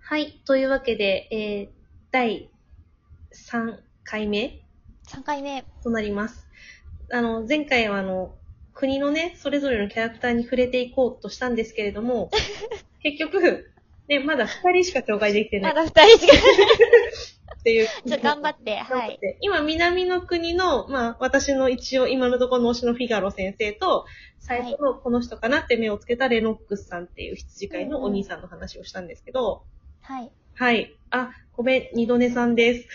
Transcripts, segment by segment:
はい。というわけで、えー、第3回目3回目。となります。あの、前回はあの、国のね、それぞれのキャラクターに触れていこうとしたんですけれど も、結局、ね、まだ2人しか紹介できてなまいだ2人しか。っていう。じゃあ頑張って。 頑は張っい。て今、南の国の、まあ、私の一応、今のところの推しのフィガロ先生と、最初のこの人かなって目をつけたレノックスさんっていう羊飼いのお兄さんの話をしたんですけど、はい。はい。あ、ごめん、二度寝さんです。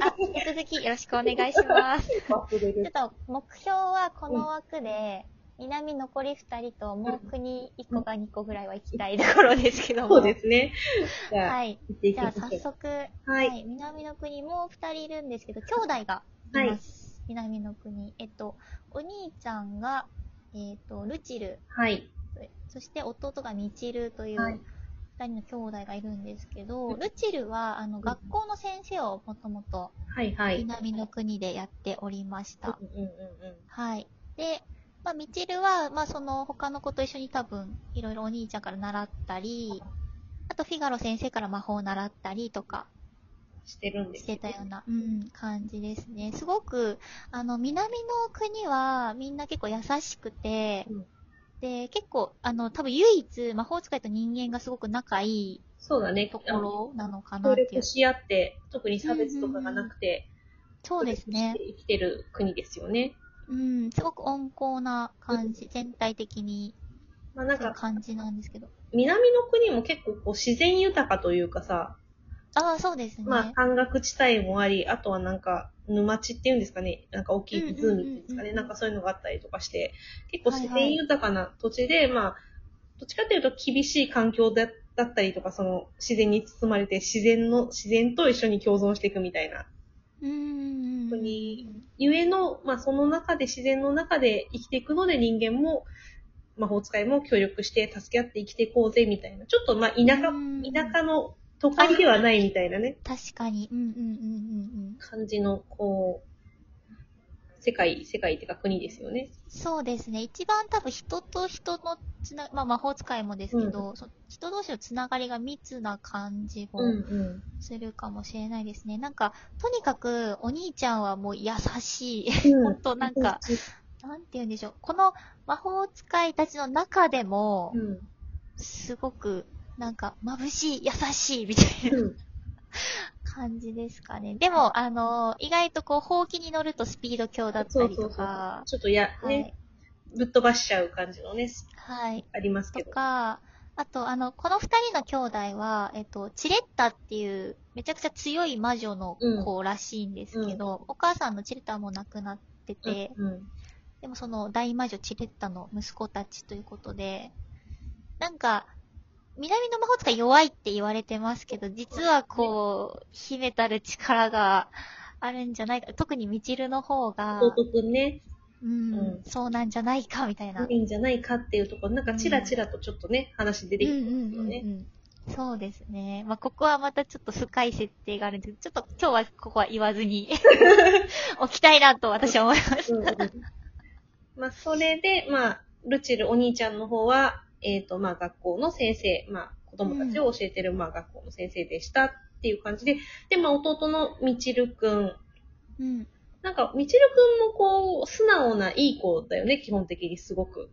あ、引き続きよろしくお願いし ます。ち ょっと目標はこの枠で、南残り2人と、もう国1個か2個ぐらいは行きたいところですけども。そうですね。 じゃあ、はい。行っていじきゃまあしょ早う。速、は。はいい。南の国も2人いるんですけど、兄弟がいます。南の国。えっと、お兄ちゃんが、えっと、ルチル。はい。そして弟がみちるというはい二人の兄弟がいるんですけど、うんルチルはあの学校の先生をもともとはい、はい。南の国でやっておりました。うんうんうんうんはい。で、まあ、みちるは、まあ、その他の子と一緒に多分いろいろお兄ちゃんから習ったり、あとフィガロ先生から魔法を習ったりとかしてるんです。してたような、うん、感じですね。すごく、あの、南の国はみんな結構優しくて、うんで、結構、あの、多分唯一魔法使いと人間がすごく仲いいそうだね。ところなのかあなのって協い力。うし合って、特に差別とかがなくて、そうですね協。力して生きてる国ですよね。うん、すごく温厚な感じ、全体的に、まあなんそういうか、感じなんですけど。南の国も結構こう自然豊かというかさ、ああ、そうですね。まあ山岳地帯もあり、あとはなんか沼地っていうんですかね、なんか大きい湖っていうんですかうんうんうんね、うんなんかそういうのがあったりとかして、結構自然豊かな土地で、まあ、どっちかというと厳しい環境だだったりとか、その自然に包まれて自然の、自然と一緒に共存していくみたいな。うんうんうん。本当にゆえの、まあその中で自然の中で生きていくので人間も、魔法使いも協力して助け合って生きていこうぜみたいな。ちょっとまあ田舎うん田舎の都会ではないみたいなね、確かに。うんうんうんうんうん。感じの、こう、世界、世界っていうか国ですよね。そうですね。一番多分人と人のつな、まあ魔法使いもですけど、そ人同士のつながりが密な感じもん。するかもしれないですね。なんか、とにかくお兄ちゃんはもう優しい。うん本当なんか、、なんて言うんでしょう。この魔法使いたちの中でもう、ん。すごく、なんか、眩しい、優しい、みたいなうん感じですかね。でも、あの意外とこう、ほうきに乗るとスピード強だったりとか、ちょっとや、ね、ぶっ飛ばしちゃう感じのね、はい。はい。ありますけとど。か、あと、あの、この二人の兄弟は、えっと、チレッタっていう、めちゃくちゃ強い魔女の子らしいんですけど、お母さんのチレッタはもう亡くなってて、うん。でもその大魔女チレッタの息子たちということで、なんか、南の魔法使い弱いって言われてますけど、実はこう、秘めたる力があるんじゃないか、特にみちるの方が、弟くんね、うん、うんそうなんじゃないか、みたいな。いいんじゃないかっていうところ、なんかチラチラとちょっとね、話出てきてますけどね。そうですね。まあ、ここはまたちょっと深い設定があるんですけど、ちょっと今日はここは言わず に、置きたいなと私は思います。うんうんまあ、それで、まあ、ルチルお兄ちゃんの方は、えっ、と、まあ、学校の先生、まあ、子供たちを教えてる、まあ、学校の先生でしたっていう感じで、で、まあ、弟のみちるくん。うん。なんか、みちるくんもこう、素直ないい子だよね、基本的にすごく。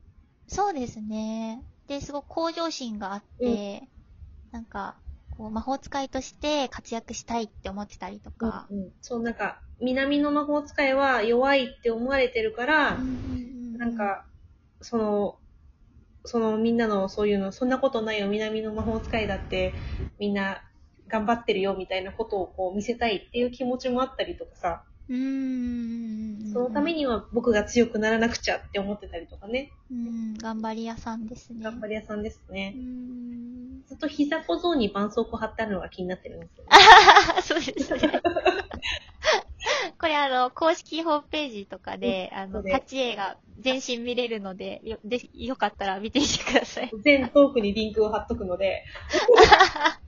そうですね。で、すごく向上心があって、なんか、こう、魔法使いとして活躍したいって思ってたりとか。うんそう、なんか、南の魔法使いは弱いって思われてるから、なん、か、その、そのみんなのそういうの、そんなことないよ、南の魔法使いだって、みんな頑張ってるよ、みたいなことをこう見せたいっていう気持ちもあったりとかさ、うーん。そのために。には僕が強くならなくちゃって思ってたりとかね、うん、頑張り屋さんですね。頑張り屋さんですね。うーん。ずっと膝小僧に絆創膏貼ってあるのが気になってるんですよ、ね。あ そうですね。これあの、公式ホームページとかで、あそうの、で立ち絵が全身見れるので、よ、で、よかったら見てみてく ださい。全トークにリンクを貼っとくので、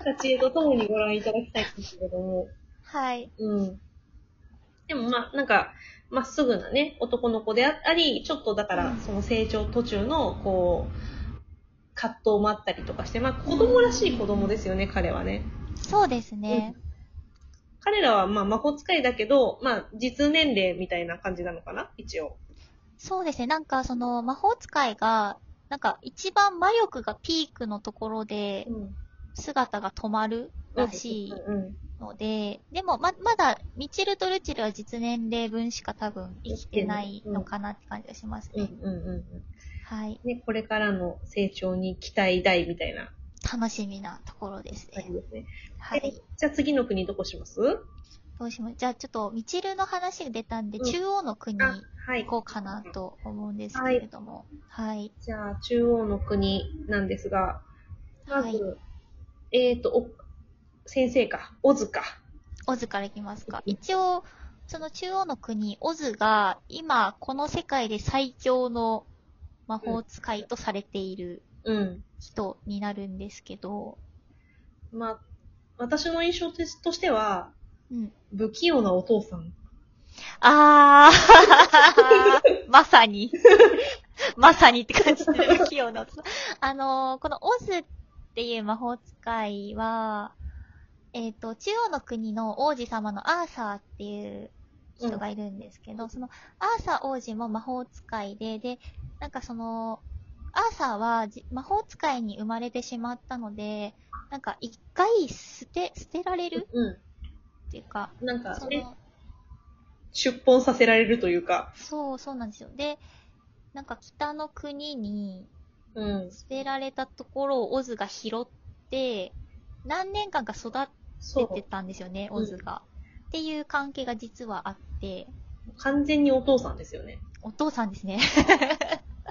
立ち絵とともにご覧いただきたいんですけども。はい。うん。でもまあ、なんか、まっすぐなね、男の子でああり、ちょっとだかうらん、その成長途中の、こう、葛藤もあったりとかして、まあ、子供らしい子供ですよね、彼はね。そうですね。彼らはまあ魔法使いだけど、まあ実年齢みたいな感じなのかな一応。そうですね。なんかその魔法使いが、なんか一番魔力がピークのところでうん。姿が止まるらしいうん。ので、でもま、まだミチルとルチルは実年齢分しか多分生きてないのかなって感じがしますうんうんね。うはい。ん。ね、これからの成長に期待大みたいな楽しみなところです感ね。じですね。はい。じゃあ次の国どこしますどうしますじゃあちょっとミチルの話が出たんで、うん中央の国あ行、はい。こうかなと思うんですけれども。はい。じゃあ中央の国なんですが、まはい。ず、えっ、と、お先生か、オズか。オズからいきますか。うん一応、その中央の国、オズが今、この世界で最強の魔法使いとされているうん。人になるんですけど、まあ、私の印象としとしては、うん。不器用なお父さん。あー、まさに。まさにって感じする不器用な大人あのーこのオズっていう魔法使いは、えっ、と、中央の国の王子様のアーサーっていう人がいるんですけど、そのアーサー王子も魔法使いで、で、なんかその、アーサーはじ魔法使いに生まれてしまったので、なんか一回捨て、捨てられるうっていうか、ん。なんかそね、の、出奔させられるというか。そう、そうなんですよ。で、なんか北の国にうん。捨てられたところをオズが拾って、何年間か育そててう。たんですよね、うんオズが。っていう関係が実はあって、完全にお父さんですよね。お父さんですね。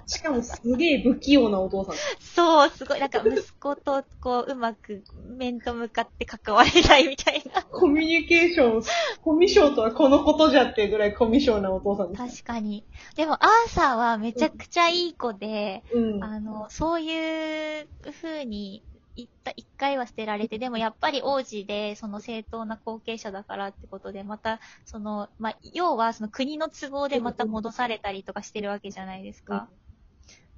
しかもすげえ不器用なお 父さん。そう、すごい。なんか息子とこう、うまく面と向かって関われないみたい な。コミュニケーション、コミュ障とはこのことじゃってぐらいコミュ障なお父さんです。確かに。でも、アーサーはめちゃくちゃいい子で、うん。あの、そういう風に言った、一回は捨てられて、でもやっぱり王子で、その正当な後継者だからってことで、また、その、まあ、要はその国の都合でまた戻されたりとかしてるわけじゃないですか。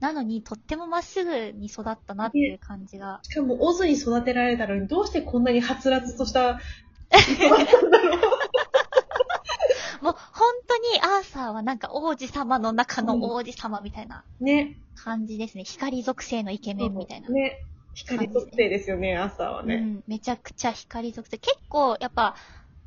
なのに、とってもまっすぐに育ったなっていう感じが。しかも、オズに育てられたのに、どうしてこんなにはつらつとした、もう、本当にアーサーはなんか王子様の中の王子様みたいなね。感じですね。光属性のイケメンみたいな。ね。光特定ですよね、朝はうね。ん、めちゃくちゃ光属性。結構、やっぱ、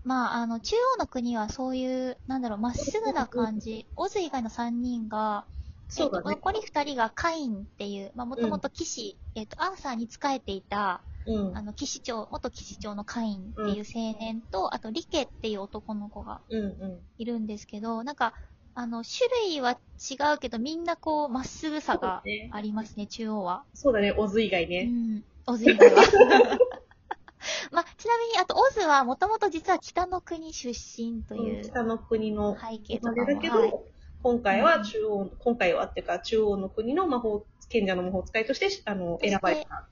まあ、あの、中央の国はそういう、なんだろう、まっすぐな感じ。オズ以外の3人が、そうだえっとね。残り2人がカインっていう、まあ、もともと騎士、えっと、アーサーに仕えていた、うんあ。の、騎士長、元騎士長のカインっていう青年と、あと、リケっていう男の子がうんうん。いるんですけど、なんか、あの、種類は違うけど、みんなこう、まっすぐさがありますね、中央は。そうだね、オズ以外うね。ん。オズ以外は。 まあ、ちなみに、あと、オズはもともと実は北の国出身という背北の国の、景とまかあだも、けはい、ど、今回は中央、今回はっていうか、中央の国の魔法、賢者の魔法使いとして、あの、選ばれた。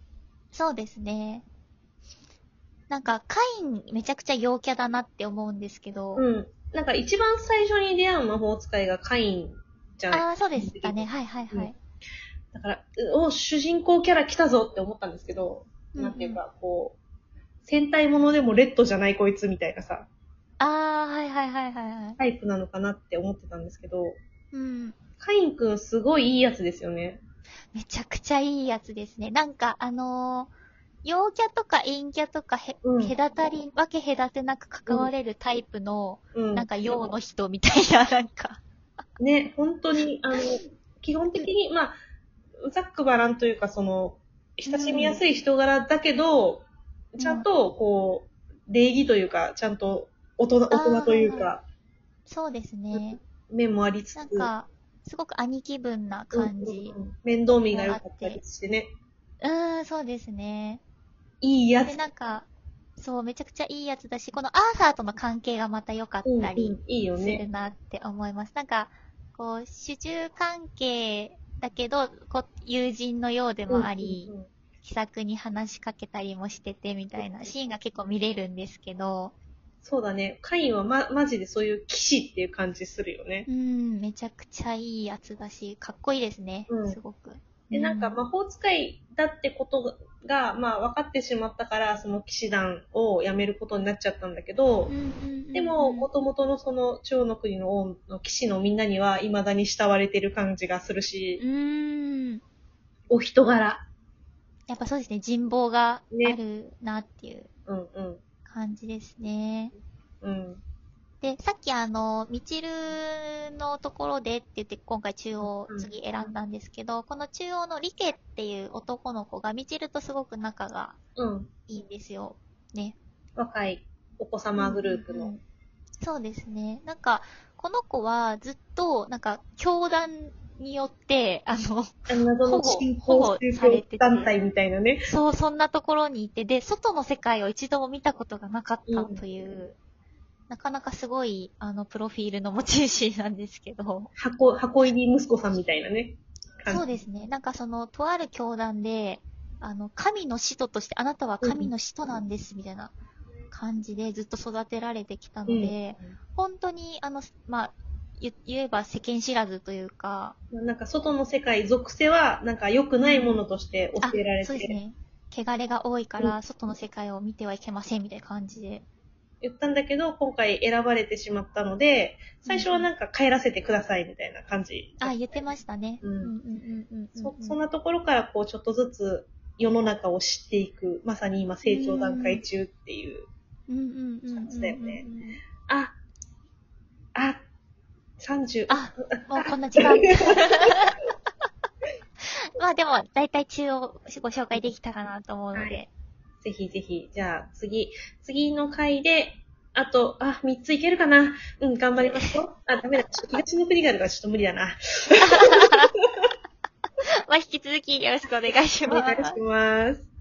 そうですね。なんか、カインめちゃくちゃ陽キャだなって思うんですけど、うん。なんか一番最初に出会う魔法使いがカインじゃないああ、そうでしたね。はいはいはい。だから、うお、主人公キャラ来たぞって思ったんですけど、うんなんていうか、こう、戦隊ものでもレッドじゃないこいつみたいなさ、ああ、はいはいはいはいはい。タイプなのかなって思ってたんですけど、うん。カインくんすごいいいやつですよね。めちゃくちゃいいやつですね。なんか、あのー陽キャとか陰キャとかへ、うん隔たり、わけ隔てなく関われるタイプの、うん。なんか、陽の人みたい な、なんか。ね、本当に、あの、基本的に、まあ、ざっくばらんというか、その、親しみやすい人柄だけど、んちゃんと、こう、礼儀というか、ちゃんと大人、大人というか、そうですね。面もありつつ、なんか、すごく兄貴分な感じう。んうんうん面倒見が良かったりしてね。うーん、そうですね。いいやで、つ。なんか、そう、めちゃくちゃいいやつだし、このアーサーとの関係がまた良かっうんたりいいよするね。なって思います。なんか、こう、主従関係だけど、こう友人のようでもあり、うんうんうん気さくに話しかけたりもしててみたいなシーンが結構見れるんですけど、そうだね。カインはま、マジでそういう騎士っていう感じするよね。うん、めちゃくちゃいいやつだし、かっこいいですね、うんすごく。で、なんか魔法使いだってことが、まあ分かってしまったから、その騎士団を辞めることになっちゃったんだけど、でも、元々のその、蝶の国の王の騎士のみんなには、未だに慕われてる感じがするし、うーん。お人柄。やっぱそうですね、人望がねあるなっていううんうん。感じですね。うん。で、さっきあの、みちるのところでって言って、今回中央うん次選んだんですけど、この中央のリケっていう男の子がみちるとすごく仲がうん。いいんですよ。ね。若いお子様グループうの。んそうですね。なんか、この子はずっと、なんか、教団によって、あの、 謎の信仰宗教団体みたいなね。そう、そんなところにいて、で、外の世界を一度も見たことがなかったという、うなかなかすごい、あの、プロフィールの持ち主なんですけど、箱、箱入り息子さんみたいなね。感じそうですね。なんかその、とある教団で、あの、神の使徒として、あなたは神の使徒なんです、みたいな感じでずっと育てられてきたので、本当に、あの、まあ、言言えば世間知らずというか、なんか外の世界、属性は、なんか良くないものとして教えられあそうですて、ね。汚れが多いから、外の世界を見てはいけませんみたいな感じで。言ったんだけど、今回選ばれてしまったので、最初はなんか帰らせてくださいみたいな感じ。あ、言ってましたね。うんうんうんうんうんそうん。そんなところから、こう、ちょっとずつ世の中を知っていく、まさに今成長段階中っていう、うんうんうんうんうんうん。感じだよねあ、あ、30、あ、もうこんな 時間。まあでも、だいたい中央ご紹介できたかなと思うので。ぜひぜひ、じゃあ次、次の回で、あと、あ、3ついけるかなうん、頑張りますよ。あ、ダメだ。ちょっと東の国があるからちょっと無理だ な。 まあ引き続きよろしくお願いしおま願いすし。ます。